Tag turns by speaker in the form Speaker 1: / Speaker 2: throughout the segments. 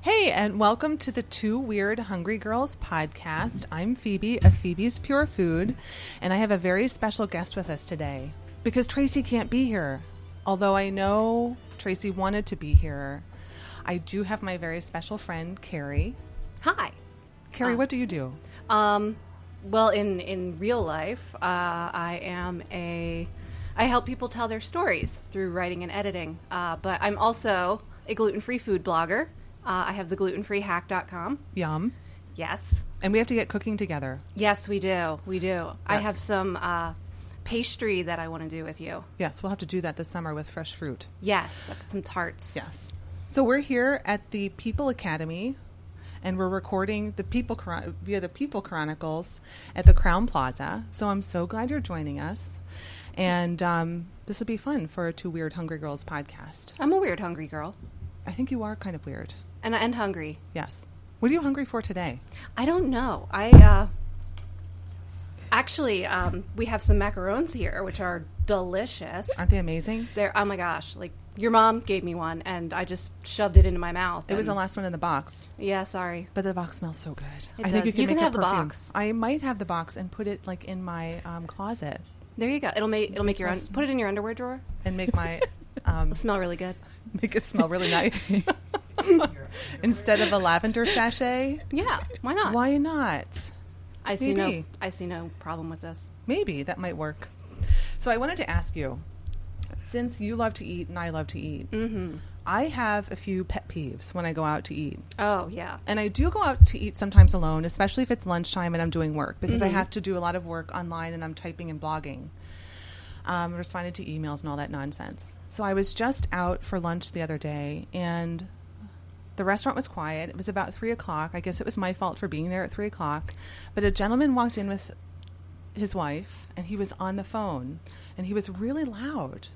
Speaker 1: Hey, and welcome to the Two Weird Hungry Girls podcast. I'm Phoebe of Phoebe's Pure Food, and I have a very special guest with us today because Tracy can't be here. Although I know Tracy wanted to be here, I do have my very special friend, Carrie.
Speaker 2: Hi.
Speaker 1: Carrie, what do you do?
Speaker 2: Um, well, in in real life, uh, I am a I help people tell their stories through writing and editing. Uh, but I'm also a gluten free food blogger. Uh, I have the glutenfreehack.com.
Speaker 1: Yum.
Speaker 2: Yes,
Speaker 1: And we have to get cooking together.
Speaker 2: yes, we do, we do. I
Speaker 1: Yes.
Speaker 2: have some uh, pastry that I want to do with you.
Speaker 1: Yes, we'll have to do that this summer with fresh fruit.
Speaker 2: Yes, some tarts.
Speaker 1: Yes. So we're here at the People Academy, and we're recording the People Chron- via the People Chronicles at the Crown Plaza. So I'm so glad you're joining us, and um, this will be fun for a Two Weird Hungry Girls podcast.
Speaker 2: I'm a weird hungry girl,
Speaker 1: I think you are kind of weird.
Speaker 2: and and hungry.
Speaker 1: Yes. What are you hungry for today?
Speaker 2: I don't know. I uh, actually, um, we have some macarons here, which are delicious.
Speaker 1: Aren't they amazing?
Speaker 2: They're oh my gosh! Like your mom gave me one, and I just shoved it into my mouth.
Speaker 1: It was the
Speaker 2: and-
Speaker 1: last one in the box,
Speaker 2: Yeah, sorry.
Speaker 1: but the box smells so good.
Speaker 2: It
Speaker 1: I
Speaker 2: does.
Speaker 1: think you can,
Speaker 2: You can
Speaker 1: make a
Speaker 2: have the
Speaker 1: perfume.
Speaker 2: box.
Speaker 1: I might have the box and put it like in my um, closet
Speaker 2: There you go. It'll make it'll make your un-
Speaker 1: Yes.
Speaker 2: put it in your underwear drawer.
Speaker 1: and make my um,
Speaker 2: It'll smell really good.
Speaker 1: make it smell really nice instead of a lavender sachet
Speaker 2: Yeah, why not?
Speaker 1: why not
Speaker 2: I see no
Speaker 1: maybe.
Speaker 2: I see no problem with this.
Speaker 1: maybe that might work so i wanted to ask you since you love to eat and i love to eat
Speaker 2: Mm-hmm.
Speaker 1: i have a few pet peeves when i go out to eat
Speaker 2: Oh yeah,
Speaker 1: and i do go out to eat sometimes alone especially if it's lunchtime and i'm doing work because i have to do a lot of work online and i'm typing and blogging um, responding to emails and all that nonsense so i was just out for lunch the other day and The restaurant was quiet. It was about three o'clock. I guess it was my fault for being there at three o'clock. But a gentleman walked in with his wife, and he was on the phone, and he was really loud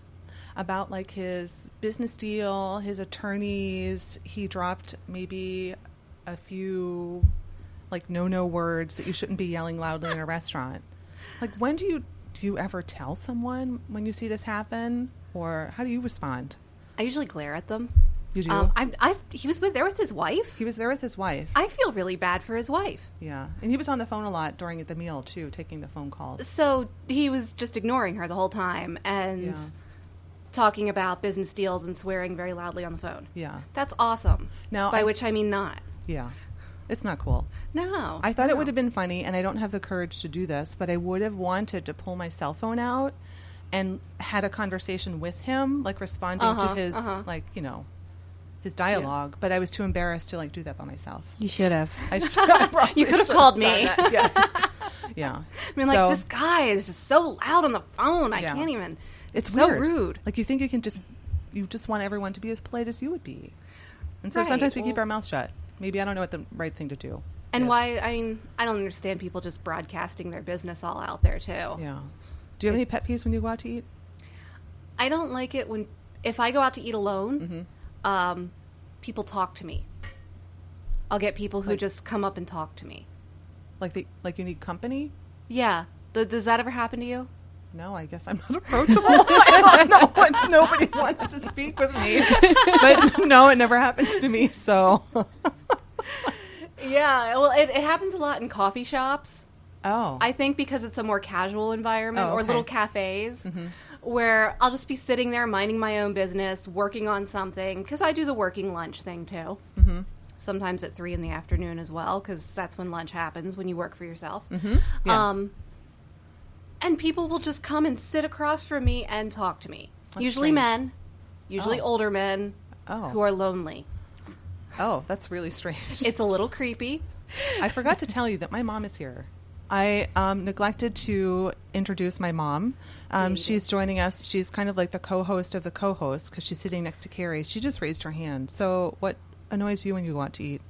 Speaker 1: about like his business deal, his attorneys. He dropped maybe a few like no-no words that you shouldn't be yelling loudly in a restaurant. Like, when do you do you ever tell someone when you see this happen, or how do you respond?
Speaker 2: I usually glare at them.
Speaker 1: You do?
Speaker 2: Um, I'm, I've, he was with, there with his wife.
Speaker 1: He was there with his wife.
Speaker 2: I feel really bad for his wife.
Speaker 1: Yeah, and he was on the phone a lot during the meal too, taking the phone calls.
Speaker 2: So he was just ignoring her the whole time and
Speaker 1: Yeah.
Speaker 2: talking about business deals and swearing very loudly on the phone.
Speaker 1: Yeah,
Speaker 2: That's awesome.
Speaker 1: Now,
Speaker 2: by
Speaker 1: I-
Speaker 2: which I mean not.
Speaker 1: yeah, it's not cool.
Speaker 2: No,
Speaker 1: I thought
Speaker 2: no.
Speaker 1: it would have been funny, and I don't have the courage to do this, but I would have wanted to pull my cell phone out and had a conversation with him, like responding
Speaker 2: Uh-huh,
Speaker 1: to his
Speaker 2: uh-huh.
Speaker 1: like you know his dialogue. But I was too embarrassed to like do that by myself.
Speaker 3: You should have.
Speaker 1: I should have
Speaker 2: You could have called me. I
Speaker 1: that. Yes. Yeah,
Speaker 2: mean, like
Speaker 1: So,
Speaker 2: this guy is just so loud on the phone. I
Speaker 1: Yeah.
Speaker 2: can't even.
Speaker 1: It's
Speaker 2: so
Speaker 1: weird.
Speaker 2: rude.
Speaker 1: Like you think you can just you just want everyone to be as polite as you would be, and so
Speaker 2: Right,
Speaker 1: sometimes we keep
Speaker 2: well-
Speaker 1: our mouths shut. Maybe I don't know what the right thing to do.
Speaker 2: And
Speaker 1: is.
Speaker 2: why? I mean, I don't understand people just broadcasting their business all out there too.
Speaker 1: Yeah. Do you have any pet peeves when you go out to eat?
Speaker 2: I don't like it when if I go out to eat alone,
Speaker 1: Mm-hmm.
Speaker 2: um, people talk to me. I'll get people who
Speaker 1: Like-
Speaker 2: just come up and talk to me.
Speaker 1: Like the, like you need company?
Speaker 2: Yeah. Th- does that ever happen to you?
Speaker 1: No, I guess I'm not approachable. I don't know what, nobody wants to speak with me. But no, it never happens to me. So,
Speaker 2: Yeah. Well, it, it happens a lot in coffee shops.
Speaker 1: oh,
Speaker 2: I think because it's a more casual environment
Speaker 1: Oh,
Speaker 2: or
Speaker 1: okay.
Speaker 2: little cafes where I'll just be sitting there minding my own business, working on something because I do the working lunch thing too. Mm-hmm. Sometimes at three in the afternoon as well because that's when lunch happens when you work for yourself.
Speaker 1: Yeah.
Speaker 2: Um, and people will just come and sit across from me and talk to me.
Speaker 1: That's
Speaker 2: usually
Speaker 1: strange.
Speaker 2: men, usually
Speaker 1: Oh.
Speaker 2: older men
Speaker 1: Oh.
Speaker 2: who are lonely.
Speaker 1: oh, that's really strange.
Speaker 2: It's a little creepy.
Speaker 1: I forgot to tell you that my mom is here. I um, neglected to introduce my mom. Um, she's joining us. She's kind of like the co-host of the co-host because she's sitting next to Carrie. She just raised her hand. So, what annoys you when you go out to eat?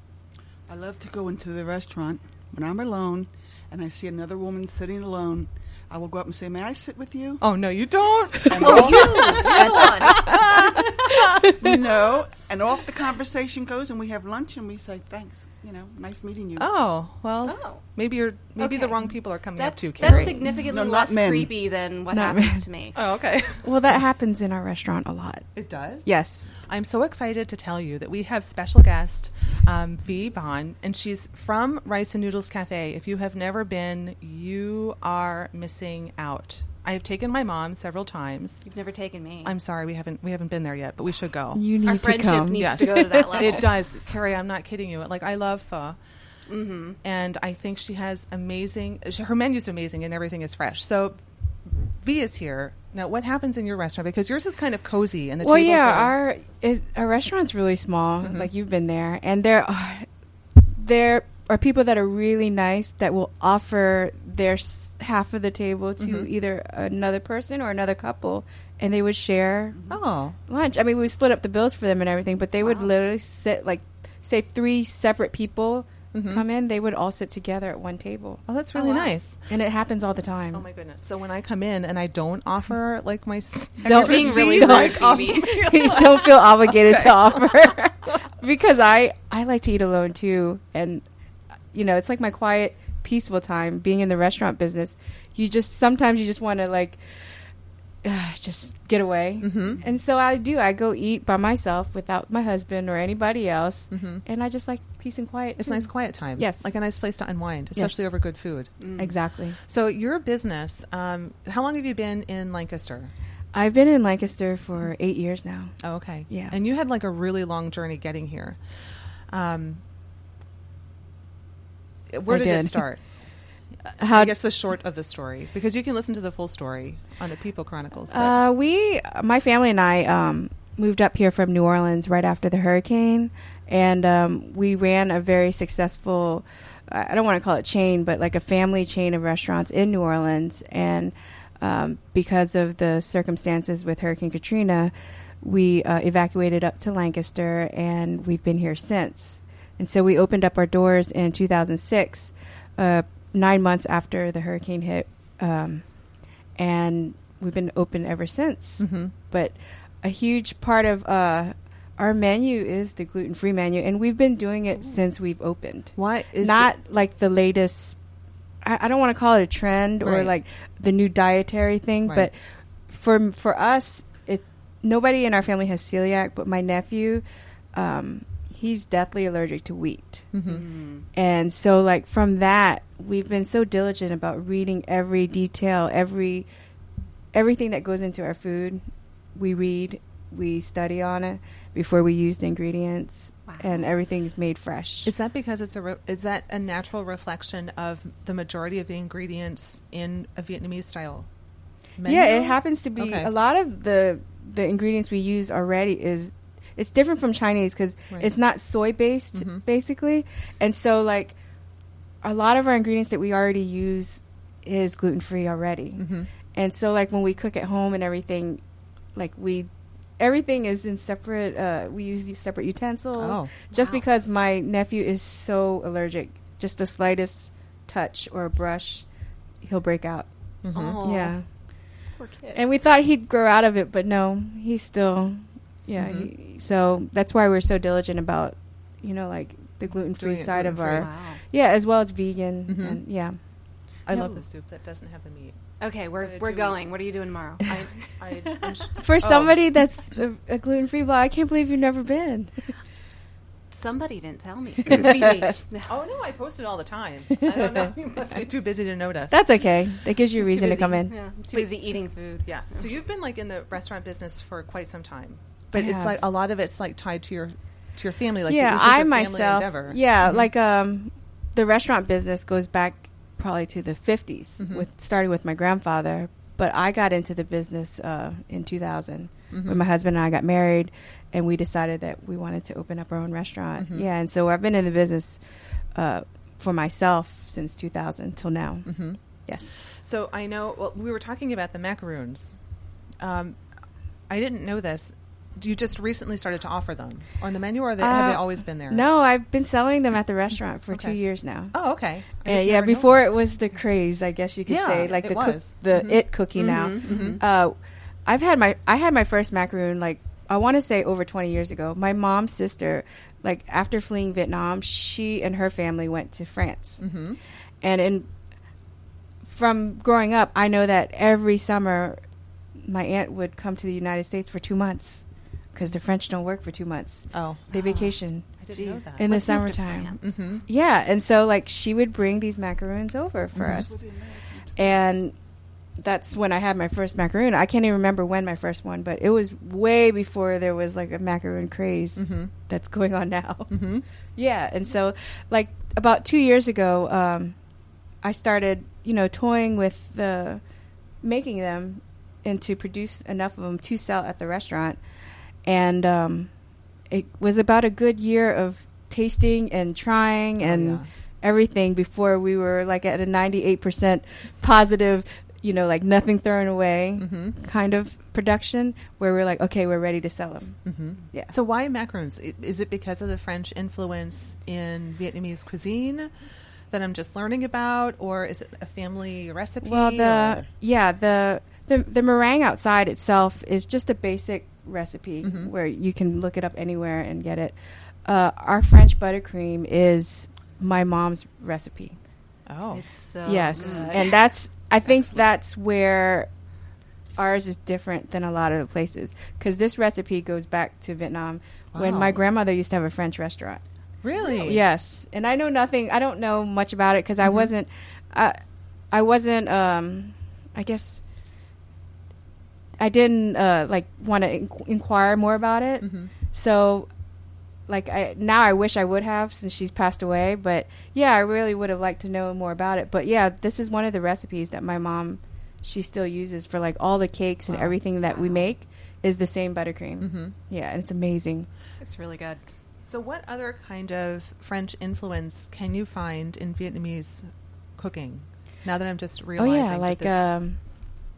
Speaker 4: I love to go into the restaurant when I'm alone and I see another woman sitting alone. I will go up and say, May I sit with you?
Speaker 1: Oh no, you don't.
Speaker 4: And
Speaker 2: Oh, you, you're the one.
Speaker 4: off, no. And off the conversation goes, and we have lunch and we say, Thanks, you know, nice meeting you.
Speaker 1: Oh well,
Speaker 2: Oh.
Speaker 1: maybe you're maybe the
Speaker 2: Okay.
Speaker 1: wrong people are coming up
Speaker 2: That's,
Speaker 1: to you,
Speaker 2: that's
Speaker 1: Carrie.
Speaker 2: significantly
Speaker 4: No, not
Speaker 2: less
Speaker 4: men.
Speaker 2: creepy than what
Speaker 3: Not
Speaker 2: happens
Speaker 3: men. Uh,
Speaker 2: to me.
Speaker 1: oh okay,
Speaker 3: Well, that happens in our restaurant a lot.
Speaker 1: it does.
Speaker 3: Yes.
Speaker 1: I'm so excited to tell you that we have special guest um, V Bond, and she's from Rice and Noodles Cafe. If you have never been, you are missing out. I have taken my mom several times.
Speaker 2: You've never taken me.
Speaker 1: I'm sorry we haven't we haven't been there yet, but we should go.
Speaker 3: You need
Speaker 2: Our
Speaker 3: to
Speaker 2: friendship
Speaker 3: come.
Speaker 2: needs
Speaker 1: Yes.
Speaker 2: to go to that level.
Speaker 1: It does, Carrie. I'm not kidding you. Like I love pho,
Speaker 2: Mm-hmm.
Speaker 1: and I think she has amazing. sh- Her menu's amazing, and everything is fresh. So V is here now. What happens in your restaurant? Because yours is kind of cozy, and the
Speaker 3: well,
Speaker 1: tables
Speaker 3: yeah,
Speaker 1: are-
Speaker 3: our it, our restaurant's really small. Like you've been there, and there are there are people that are really nice that will offer their s- half of the table to either another person or another couple, and they would share
Speaker 1: oh
Speaker 3: lunch. I mean, we split up the bills for them and everything, but they would literally sit like say three separate people come in, they would all sit together at one table,
Speaker 1: oh that's really
Speaker 2: wow.
Speaker 1: nice.
Speaker 3: and it happens all the time.
Speaker 1: Oh my goodness! So when I come in and I don't offer like my s-
Speaker 3: Don't-
Speaker 1: extra
Speaker 3: Being
Speaker 2: really
Speaker 1: seat,
Speaker 2: smart,
Speaker 1: off-
Speaker 2: Phoebe.
Speaker 3: don't feel obligated to offer because I I like to eat alone too, and you know it's like my quiet, peaceful time. Being in the restaurant business, you just sometimes you just want to like uh, just get away,
Speaker 1: Mm-hmm.
Speaker 3: and so I do. I go eat by myself without my husband or anybody else, and I just like peace and quiet.
Speaker 1: Mm-hmm. it's
Speaker 3: too.
Speaker 1: nice quiet time.
Speaker 3: Yes.
Speaker 1: like a nice place to unwind, especially
Speaker 3: Yes.
Speaker 1: over good food.
Speaker 3: exactly.
Speaker 1: So your business, um, how long have you been in Lancaster?
Speaker 3: I've been in Lancaster for eight years now.
Speaker 1: Oh, okay.
Speaker 3: Yeah.
Speaker 1: And you had like a really long journey getting here. Um, where
Speaker 3: I
Speaker 1: did, it
Speaker 3: did.
Speaker 1: start?
Speaker 3: How
Speaker 1: I guess the short of the story, because you can listen to the full story on the People Chronicles. But
Speaker 3: Uh, we, my family and I, um, moved up here from New Orleans right after the hurricane, and um, we ran a very successful. I I don't want to call it chain, but like a family chain of restaurants in New Orleans, and um, because of the circumstances with Hurricane Katrina, we uh, evacuated up to Lancaster, and we've been here since. And so we opened up our doors in 2006, uh, nine months after the hurricane hit. Um, and we've been open ever since.
Speaker 1: Mm-hmm.
Speaker 3: But a huge part of uh, our menu is the gluten free menu, and we've been doing it since we've opened.
Speaker 1: Why is
Speaker 3: not like the latest? I, I don't want to call it a trend or
Speaker 1: Right.
Speaker 3: like the new dietary thing,
Speaker 1: Right.
Speaker 3: but for for us, it nobody in our family has celiac, but my nephew, um, he's deathly allergic to wheat.
Speaker 1: Hmm. mm-hmm.
Speaker 3: And so, like, from that, we've been so diligent about reading every detail, every everything that goes into our food. We read, we study on it before we use the ingredients,
Speaker 2: Wow.
Speaker 3: and everything's made fresh.
Speaker 1: is that because it's a re- is that a natural reflection of the majority of the ingredients in a Vietnamese style? Menu?
Speaker 3: Yeah, it happens to be
Speaker 1: Okay.
Speaker 3: a lot of the the ingredients we use already is it's different from Chinese because
Speaker 1: Right. Mm-hmm.
Speaker 3: it's not soy based basically, and so like a lot of our ingredients that we already use is gluten free already,
Speaker 1: Mm-hmm.
Speaker 3: and so like when we cook at home and everything, like we everything is in separate. Uh, we use these separate utensils
Speaker 1: Oh.
Speaker 3: just
Speaker 2: Wow.
Speaker 3: because my nephew is so allergic, just the slightest touch or a brush, he'll break out.
Speaker 1: Mm-hmm.
Speaker 2: Oh,
Speaker 3: Yeah.
Speaker 2: Poor kid.
Speaker 3: And we thought he'd grow out of it, but no, he's still, yeah.
Speaker 1: Mm-hmm.
Speaker 3: He, so that's why we're so diligent about, you know, like the gluten free
Speaker 1: Doing it
Speaker 3: side of our,
Speaker 1: gluten-free. Mm-hmm.
Speaker 2: wow.
Speaker 3: yeah, as well as vegan, and yeah.
Speaker 1: I
Speaker 2: No.
Speaker 1: love the soup that doesn't have the meat.
Speaker 2: Okay,
Speaker 1: What
Speaker 2: we're
Speaker 1: did
Speaker 2: we're
Speaker 1: you eat?
Speaker 2: going. What are you doing tomorrow?
Speaker 1: I, I, I'm sh-
Speaker 3: For
Speaker 1: Oh.
Speaker 3: somebody that's a, a gluten free blog, I can't believe you've never been.
Speaker 2: Somebody didn't tell me. What do you mean? No.
Speaker 1: oh no, I post it all the time. I don't know. You must be too busy to notice.
Speaker 3: That's okay. That gives you a
Speaker 1: Too
Speaker 3: reason to
Speaker 1: busy.
Speaker 3: come in.
Speaker 2: Yeah, I'm too busy eating food. Oh,
Speaker 1: Yes. So you've been like in the restaurant business for quite some time,
Speaker 3: I
Speaker 1: but it's
Speaker 3: have.
Speaker 1: like a lot of it's like tied to your to your family. Like
Speaker 3: yeah,
Speaker 1: this is a
Speaker 3: I
Speaker 1: family
Speaker 3: myself.
Speaker 1: endeavor. Mm-hmm.
Speaker 3: Yeah, like um, the restaurant business goes back probably to the 50s
Speaker 1: Mm-hmm.
Speaker 3: with starting with my grandfather. But I got into the business uh, in 2000
Speaker 1: Mm-hmm.
Speaker 3: when my husband and I got married, and we decided that we wanted to open up our own restaurant.
Speaker 1: Mm-hmm.
Speaker 3: Yeah, and so I've been in the business uh, for myself since 2000 till now.
Speaker 1: Mm-hmm.
Speaker 3: Yes.
Speaker 1: So I know. Well, we were talking about the macaroons. Um, I didn't know this. You just recently started to offer them on the menu, or they, have they
Speaker 3: Uh,
Speaker 1: always been there?
Speaker 3: No, I've been selling them at the restaurant for two
Speaker 1: Okay.
Speaker 3: years now.
Speaker 1: Oh, okay. I
Speaker 3: Uh,
Speaker 1: just
Speaker 3: yeah,
Speaker 1: never
Speaker 3: before
Speaker 1: noticed.
Speaker 3: it was the craze, I guess you could
Speaker 1: Yeah,
Speaker 3: say, like
Speaker 1: it
Speaker 3: the cook,
Speaker 1: was. Mm-hmm.
Speaker 3: the it cookie now. Uh, I've had my I had my first macaroon like I want to say over twenty years ago. My mom's sister, like after fleeing Vietnam, she and her family went to France,
Speaker 1: Mm. Mm-hmm.
Speaker 3: and in from growing up, I know that every summer, my aunt would come to the United States for two months because the French don't work for two months.
Speaker 1: Oh. Mm-hmm.
Speaker 3: They vacation
Speaker 1: I didn't know
Speaker 2: Jeez.
Speaker 1: that.
Speaker 3: in the
Speaker 2: Let's move to
Speaker 3: summertime. Mm-hmm.
Speaker 2: France.
Speaker 3: Yeah, and so like she would bring these macaroons over for
Speaker 1: Mm-hmm.
Speaker 3: us, and that's when I had my first macaroon. I can't even remember when my first one, but it was way before there was like a macaroon craze
Speaker 1: Mm-hmm.
Speaker 3: that's going on now. Yeah, and so like about two years ago, um, I started you know toying with the making them and to produce enough of them to sell at the restaurant, and um, it was about a good year of tasting and trying and
Speaker 1: yeah.
Speaker 3: everything before we were like at a 98% positive you know like nothing thrown away
Speaker 1: Mm-hmm.
Speaker 3: kind of production where we're like okay we're ready to sell them
Speaker 1: Mm-hmm.
Speaker 3: yeah
Speaker 1: So why macaroons? I- Is it because of the French influence in Vietnamese cuisine that I'm just learning about, or is it a family recipe?
Speaker 3: well
Speaker 1: or-
Speaker 3: the yeah the, the the meringue outside itself is just a basic recipe
Speaker 1: Mm-hmm.
Speaker 3: where you can look it up anywhere and get it uh, our french buttercream is my mom's recipe
Speaker 1: oh,
Speaker 2: It's so
Speaker 3: yes
Speaker 2: good.
Speaker 3: and that's i think that's where ours is different than a lot of the places because this recipe goes back to vietnam when
Speaker 1: Wow.
Speaker 3: my grandmother used to have a french restaurant
Speaker 1: really? Mm-hmm.
Speaker 3: yes and i know nothing i don't know much about it because i wasn't I, I wasn't um i guess i didn't uh like want to inqu- inquire more about it
Speaker 1: Mm-hmm.
Speaker 3: so like I now I wish I would have since she's passed away, but yeah, I really would have liked to know more about it. But yeah, this is one of the recipes that my mom she still uses for like all the cakes and everything that we make is the same buttercream.
Speaker 1: Mm-hmm.
Speaker 3: Yeah, and it's amazing.
Speaker 2: It's really good.
Speaker 1: So what other kind of French influence can you find in Vietnamese cooking? Now that I'm just
Speaker 3: Oh
Speaker 1: realizing,
Speaker 3: yeah, like
Speaker 1: that
Speaker 3: um,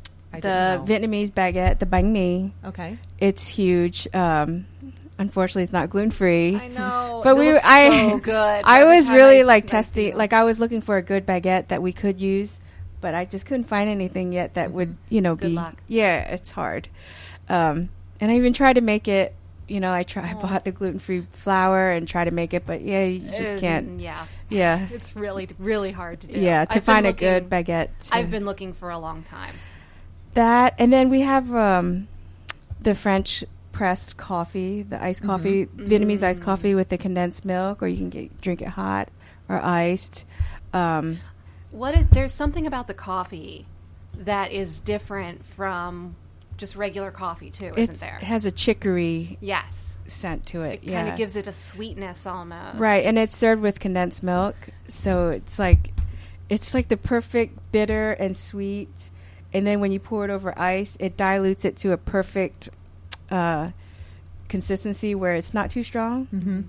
Speaker 1: this, I
Speaker 3: the
Speaker 1: didn't know.
Speaker 3: Vietnamese baguette, the banh mi.
Speaker 1: okay,
Speaker 3: It's huge. Um, unfortunately, it's not gluten free.
Speaker 2: I know.
Speaker 3: But
Speaker 2: It
Speaker 3: we,
Speaker 2: looks
Speaker 3: I,
Speaker 2: so good.
Speaker 3: I
Speaker 2: Every
Speaker 3: was
Speaker 2: time
Speaker 3: really
Speaker 2: I-
Speaker 3: like
Speaker 2: I see
Speaker 3: testing,
Speaker 2: them.
Speaker 3: like I was looking for a good baguette that we could use, but I just couldn't find anything yet that would, you know,
Speaker 2: Good
Speaker 3: be.
Speaker 2: luck.
Speaker 3: Yeah, it's hard. Um, and I even tried to make it. You know, I try. I
Speaker 2: Oh.
Speaker 3: bought the gluten free flour and tried to make it, but yeah, you just
Speaker 2: Uh,
Speaker 3: can't.
Speaker 2: Yeah,
Speaker 3: Yeah,
Speaker 2: it's really really hard to do.
Speaker 3: yeah. to
Speaker 2: I've been
Speaker 3: find a
Speaker 2: looking-
Speaker 3: good baguette. to-
Speaker 2: I've been looking for a long time.
Speaker 3: that, and then we have um, the French pressed coffee, the iced coffee, Vietnamese iced coffee with the condensed milk, or you can get drink it hot or iced. Um,
Speaker 2: What is there's something about the coffee that is different from just regular coffee too,
Speaker 3: It's-
Speaker 2: isn't there?
Speaker 3: It has a chicory
Speaker 2: yes,
Speaker 3: scent to it.
Speaker 2: it
Speaker 3: yeah.
Speaker 2: kind of gives it a sweetness almost.
Speaker 3: right, and it's served with condensed milk, so it's like it's like the perfect bitter and sweet. And then when you pour it over ice, it dilutes it to a perfect uh, consistency where it's not too strong.
Speaker 1: Mm-hmm.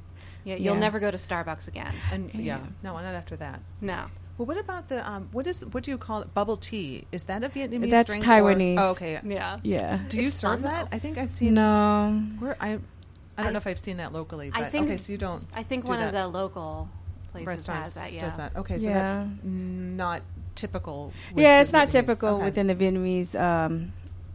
Speaker 2: Yeah, you'll
Speaker 3: yeah.
Speaker 2: never go to Starbucks again.
Speaker 1: and yeah,
Speaker 3: Yeah.
Speaker 1: no, not after that.
Speaker 2: No.
Speaker 1: Well, what about the um, what is what do you call it? Bubble tea? Is that a Vietnamese?
Speaker 3: That's
Speaker 1: drink
Speaker 3: Taiwanese.
Speaker 1: Or, oh, okay.
Speaker 2: Yeah.
Speaker 3: Yeah.
Speaker 1: Do you
Speaker 2: It's
Speaker 1: serve
Speaker 2: fun,
Speaker 1: that?
Speaker 2: though.
Speaker 1: I think I've seen.
Speaker 3: No.
Speaker 1: Where I, I don't
Speaker 2: I-
Speaker 1: know if I've seen that locally. But,
Speaker 2: I think-
Speaker 1: okay, so you don't.
Speaker 2: I think
Speaker 1: do
Speaker 2: one
Speaker 1: that.
Speaker 2: of the local places
Speaker 1: restaurants
Speaker 2: has that. Yeah.
Speaker 1: does that. Okay, so
Speaker 3: Yeah.
Speaker 1: that's not typical. with
Speaker 3: Yeah,
Speaker 1: the
Speaker 3: it's not
Speaker 1: Vietnamese.
Speaker 3: typical
Speaker 1: Okay.
Speaker 3: within the Vietnamese um,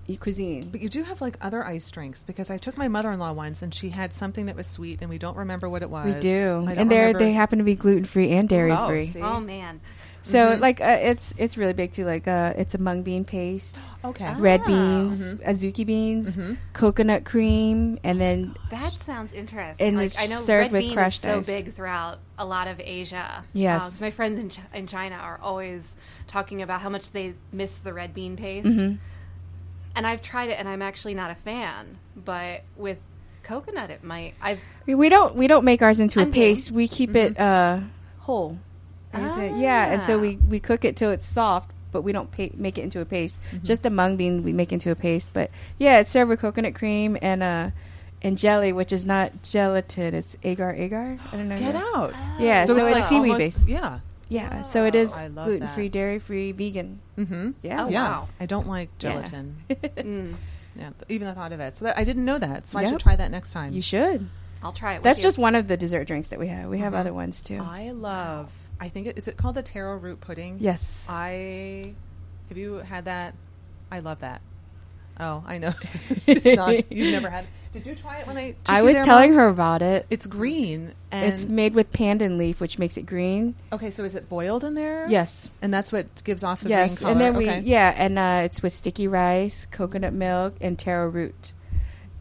Speaker 3: e- cuisine.
Speaker 1: But you do have like other ice drinks because I took my mother-in-law once and she had something that was sweet and we don't remember what it was.
Speaker 3: We do,
Speaker 1: I don't
Speaker 3: and there
Speaker 1: remember-
Speaker 3: they happen to be gluten free and dairy
Speaker 1: Oh,
Speaker 3: free.
Speaker 1: see? Mm-hmm.
Speaker 2: Oh man.
Speaker 3: So like uh, it's it's really big too. Like uh, it's a mung bean paste,
Speaker 1: Okay.
Speaker 3: red
Speaker 2: Ah.
Speaker 3: beans,
Speaker 1: Mm-hmm.
Speaker 3: azuki beans, coconut cream, and then
Speaker 2: That sounds interesting.
Speaker 3: And
Speaker 2: like,
Speaker 3: it's
Speaker 2: I know
Speaker 3: served
Speaker 2: red
Speaker 3: with
Speaker 2: bean
Speaker 3: crushed
Speaker 2: is so
Speaker 3: ice.
Speaker 2: big throughout a lot of Asia. Um,
Speaker 3: Yes.
Speaker 2: 'cause my friends in, Ch- in China are always talking about how much they miss the red bean paste.
Speaker 3: Mm-hmm.
Speaker 2: And I've tried it, and I'm actually not a fan. But with coconut, it might. I've
Speaker 3: we don't we don't make ours into a
Speaker 2: I'm game.
Speaker 3: paste. We keep it
Speaker 1: Mm-hmm.
Speaker 3: uh, whole. Is it- Yeah, and so
Speaker 2: Ah.
Speaker 3: we we cook it till it's soft, but we don't pa- make it into a paste.
Speaker 1: Mm-hmm.
Speaker 3: Just the mung bean we make into a paste, but yeah, it's served with coconut cream and uh and jelly, which is not gelatin. It's agar agar. I don't know.
Speaker 1: Get out.
Speaker 3: Oh,
Speaker 2: Oh.
Speaker 3: Yeah, so, it's,
Speaker 1: like
Speaker 3: seaweed
Speaker 1: almost-
Speaker 3: based.
Speaker 1: Yeah.
Speaker 3: Yeah, so it is
Speaker 1: Oh, I love that.
Speaker 3: gluten free, dairy free, vegan.
Speaker 1: Mm-hmm.
Speaker 3: Yeah.
Speaker 2: Oh,
Speaker 1: yeah.
Speaker 2: wow.
Speaker 1: I don't like
Speaker 3: Yeah.
Speaker 1: gelatin. Yeah.
Speaker 2: mm,
Speaker 1: th- even the thought of it. So that, I didn't know that. So I should
Speaker 3: Yep.
Speaker 1: try that next time.
Speaker 3: You should.
Speaker 2: I'll try it.
Speaker 3: That's
Speaker 2: with you.
Speaker 3: just one of the dessert drinks that we have. We have other ones too.
Speaker 1: Uh-huh. I love. I think it is it called the taro root pudding.
Speaker 3: Yes.
Speaker 1: I have you had that? I love that. Oh, I know. it's just not. You've never had. Did you try it when I? Took
Speaker 3: I
Speaker 1: you
Speaker 3: was
Speaker 1: there,
Speaker 3: telling
Speaker 1: Mom?
Speaker 3: her about it.
Speaker 1: It's green and
Speaker 3: It's made with pandan leaf, which makes it green.
Speaker 1: okay. So is it boiled in there?
Speaker 3: Yes.
Speaker 1: and that's what gives off the green
Speaker 3: yes,
Speaker 1: color.
Speaker 3: and then we
Speaker 1: okay.
Speaker 3: yeah, and uh, it's with sticky rice, coconut milk, and taro root,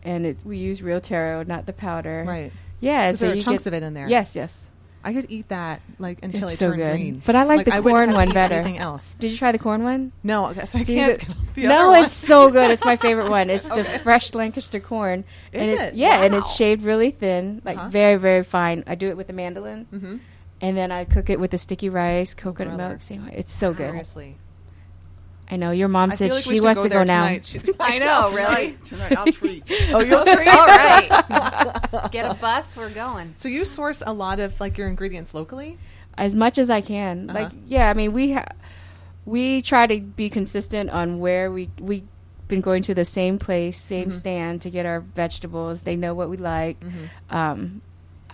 Speaker 3: and it, we use real taro, not the powder.
Speaker 1: Right.
Speaker 3: Yeah.
Speaker 1: 'Cause there are chunks of it in there.
Speaker 3: Yes. Yes.
Speaker 1: I could eat that like until
Speaker 3: It's
Speaker 1: I
Speaker 3: so
Speaker 1: turn
Speaker 3: good.
Speaker 1: green.
Speaker 3: But I like the
Speaker 1: wouldn't have
Speaker 3: corn
Speaker 1: to
Speaker 3: one
Speaker 1: eat
Speaker 3: better.
Speaker 1: Anything else?
Speaker 3: Did you try the corn one?
Speaker 1: No, I guess I
Speaker 3: See,
Speaker 1: can't.
Speaker 3: the-
Speaker 1: get off the
Speaker 3: no,
Speaker 1: other one.
Speaker 3: it's so good. It's my favorite one. It's the fresh Lancaster corn.
Speaker 1: Is
Speaker 3: and
Speaker 1: it?
Speaker 3: Yeah, and
Speaker 1: Wow.
Speaker 3: it's shaved really thin, like
Speaker 1: Uh-huh.
Speaker 3: very, very fine. I do it with the mandolin,
Speaker 1: Mhm.
Speaker 3: and then I cook it with the sticky rice, coconut
Speaker 1: brother.
Speaker 3: milk. See, It's so good.
Speaker 1: Seriously,
Speaker 3: I know your mom
Speaker 1: I
Speaker 3: said
Speaker 1: feel like we
Speaker 3: she
Speaker 1: should
Speaker 3: wants
Speaker 1: go
Speaker 3: to
Speaker 1: there
Speaker 3: go now.
Speaker 1: tonight. She's-
Speaker 2: I know, really.
Speaker 4: Tonight, tonight, I'll treat.
Speaker 1: oh, you'll
Speaker 2: All
Speaker 1: treat.
Speaker 2: right. Get a bus. We're going.
Speaker 1: So you source a lot of like your ingredients locally.
Speaker 3: as much as I can.
Speaker 1: Uh-huh.
Speaker 3: Like, yeah, I mean, we ha- we try to be consistent on where we we been going to the same place, same stand to get our vegetables. They know what we like. Um,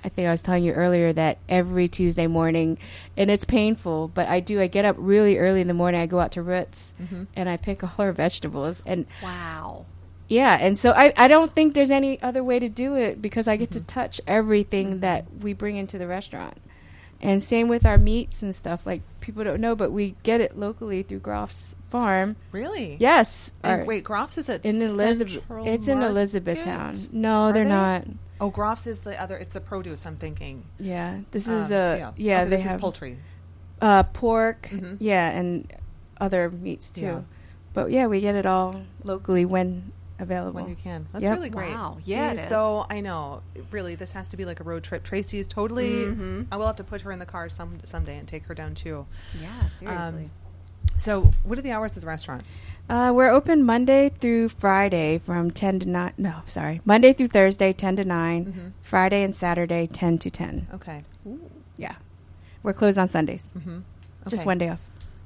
Speaker 3: I think I was telling you earlier that every Tuesday morning, and it's painful, but I do. I get up really early in the morning. I go out to Roots and I pick all our vegetables, and
Speaker 2: Wow.
Speaker 3: yeah, and so I, I don't think there's any other way to do it because I get
Speaker 1: Mm-hmm.
Speaker 3: to touch everything that we bring into the restaurant. And same with our meats and stuff. Like people don't know, but we get it locally through Groff's Farm.
Speaker 1: Really?
Speaker 3: Yes.
Speaker 1: And
Speaker 3: our-
Speaker 1: wait, Groff's is at
Speaker 3: in Elizabeth.
Speaker 1: Central
Speaker 3: It's in
Speaker 1: Market?
Speaker 3: Elizabethtown. No,
Speaker 1: Are
Speaker 3: they're
Speaker 1: they?
Speaker 3: not.
Speaker 1: Oh, Groff's is the other. It's the produce. I'm thinking.
Speaker 3: Yeah, this
Speaker 1: Um,
Speaker 3: is a yeah.
Speaker 1: Okay,
Speaker 3: they
Speaker 1: this
Speaker 3: have
Speaker 1: is poultry.
Speaker 3: uh, pork.
Speaker 1: Mhm.
Speaker 3: Yeah, and other meats too.
Speaker 1: Yeah.
Speaker 3: But yeah, we get it all locally when available.
Speaker 1: when you can. That's
Speaker 3: Yep.
Speaker 1: really great.
Speaker 2: Wow. Yeah,
Speaker 1: See,
Speaker 2: it is.
Speaker 1: So I know, really, this has to be like a road trip. Tracy is totally.
Speaker 2: Mhm.
Speaker 1: I will have to put her in the car some someday and take her down too.
Speaker 2: Yeah.
Speaker 1: Um,
Speaker 2: Seriously.
Speaker 1: so, what are the hours of the restaurant?
Speaker 3: Uh, we're open Monday through Friday from 10 to 9. No, sorry. Monday through Thursday, 10 to
Speaker 1: Mm-hmm.
Speaker 3: 9. Friday and Saturday, 10 to 10.
Speaker 1: Okay. mm-hmm.
Speaker 3: Yeah. We're closed on Sundays. Just
Speaker 1: Okay.
Speaker 3: one day off.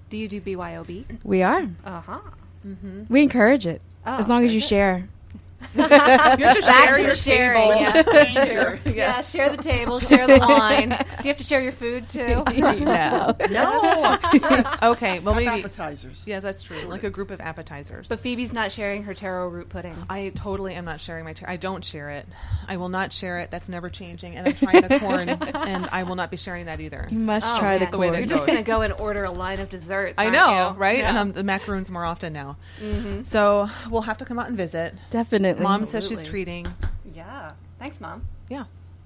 Speaker 2: do you do BYOB?
Speaker 3: We are.
Speaker 2: Uh huh.
Speaker 3: We encourage it
Speaker 2: Oh,
Speaker 3: as long as you
Speaker 2: good.
Speaker 3: share.
Speaker 1: You have to
Speaker 2: Back
Speaker 1: share
Speaker 2: to
Speaker 1: your
Speaker 2: sharing.
Speaker 1: table.
Speaker 2: Yeah.
Speaker 1: Share.
Speaker 2: yeah. Share the table. Share the wine. Do you have to share your food too?
Speaker 3: no.
Speaker 1: No.
Speaker 4: Yes.
Speaker 1: okay. Well, maybe.
Speaker 4: appetizers.
Speaker 1: Yes, that's true. Like a group of appetizers.
Speaker 2: But Phoebe's not sharing her taro root pudding.
Speaker 1: I totally am not sharing my. Ter- I don't share it. I will not share it. That's never changing. And I'm trying the corn, and I will not be sharing that either.
Speaker 3: You must
Speaker 2: Oh, yeah.
Speaker 3: try the
Speaker 1: That's the way that
Speaker 2: You're
Speaker 3: cord.
Speaker 2: just gonna go and order a line of desserts.
Speaker 1: I
Speaker 2: aren't
Speaker 1: know,
Speaker 2: you?
Speaker 1: right? And
Speaker 2: Yeah. Mm-hmm.
Speaker 1: I'm the macaroons more often now. So we'll have to come out and visit.
Speaker 3: Definitely.
Speaker 1: Mom says she's
Speaker 2: Absolutely.
Speaker 1: treating.
Speaker 2: yeah. Thanks, mom.
Speaker 1: Yeah.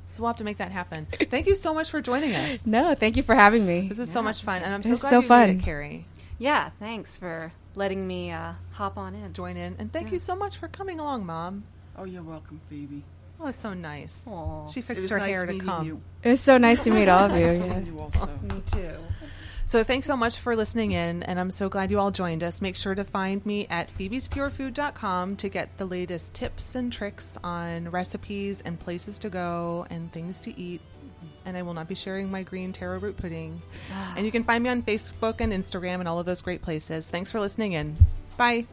Speaker 1: So we'll have to make that happen. Thank you so much for joining us.
Speaker 3: No, thank you for having me.
Speaker 1: This is so much fun. And I'm so
Speaker 3: This
Speaker 1: glad
Speaker 3: is so
Speaker 1: you did
Speaker 3: fun.
Speaker 1: it, Carrie.
Speaker 2: Yeah. Thanks for letting me uh, hop on in.
Speaker 1: Join in. And thank you so much for coming along, Mom.
Speaker 4: Oh, you're welcome, Phoebe.
Speaker 1: Oh, that's so nice.
Speaker 2: Aw.
Speaker 1: She
Speaker 4: It
Speaker 1: fixed
Speaker 4: was
Speaker 1: her
Speaker 4: nice
Speaker 1: hair to
Speaker 4: meeting
Speaker 1: come.
Speaker 4: You.
Speaker 3: It was so nice to meet all of you.
Speaker 4: Nice meeting
Speaker 3: yeah.
Speaker 4: you also.
Speaker 2: Me too.
Speaker 1: So thanks so much for listening in, and I'm so glad you all joined us. Make sure to find me at phoebespurefood.com to get the latest tips and tricks on recipes and places to go and things to eat. And I will not be sharing my green taro root pudding. And you can find me on Facebook and Instagram and all of those great places. Thanks for listening in. Bye.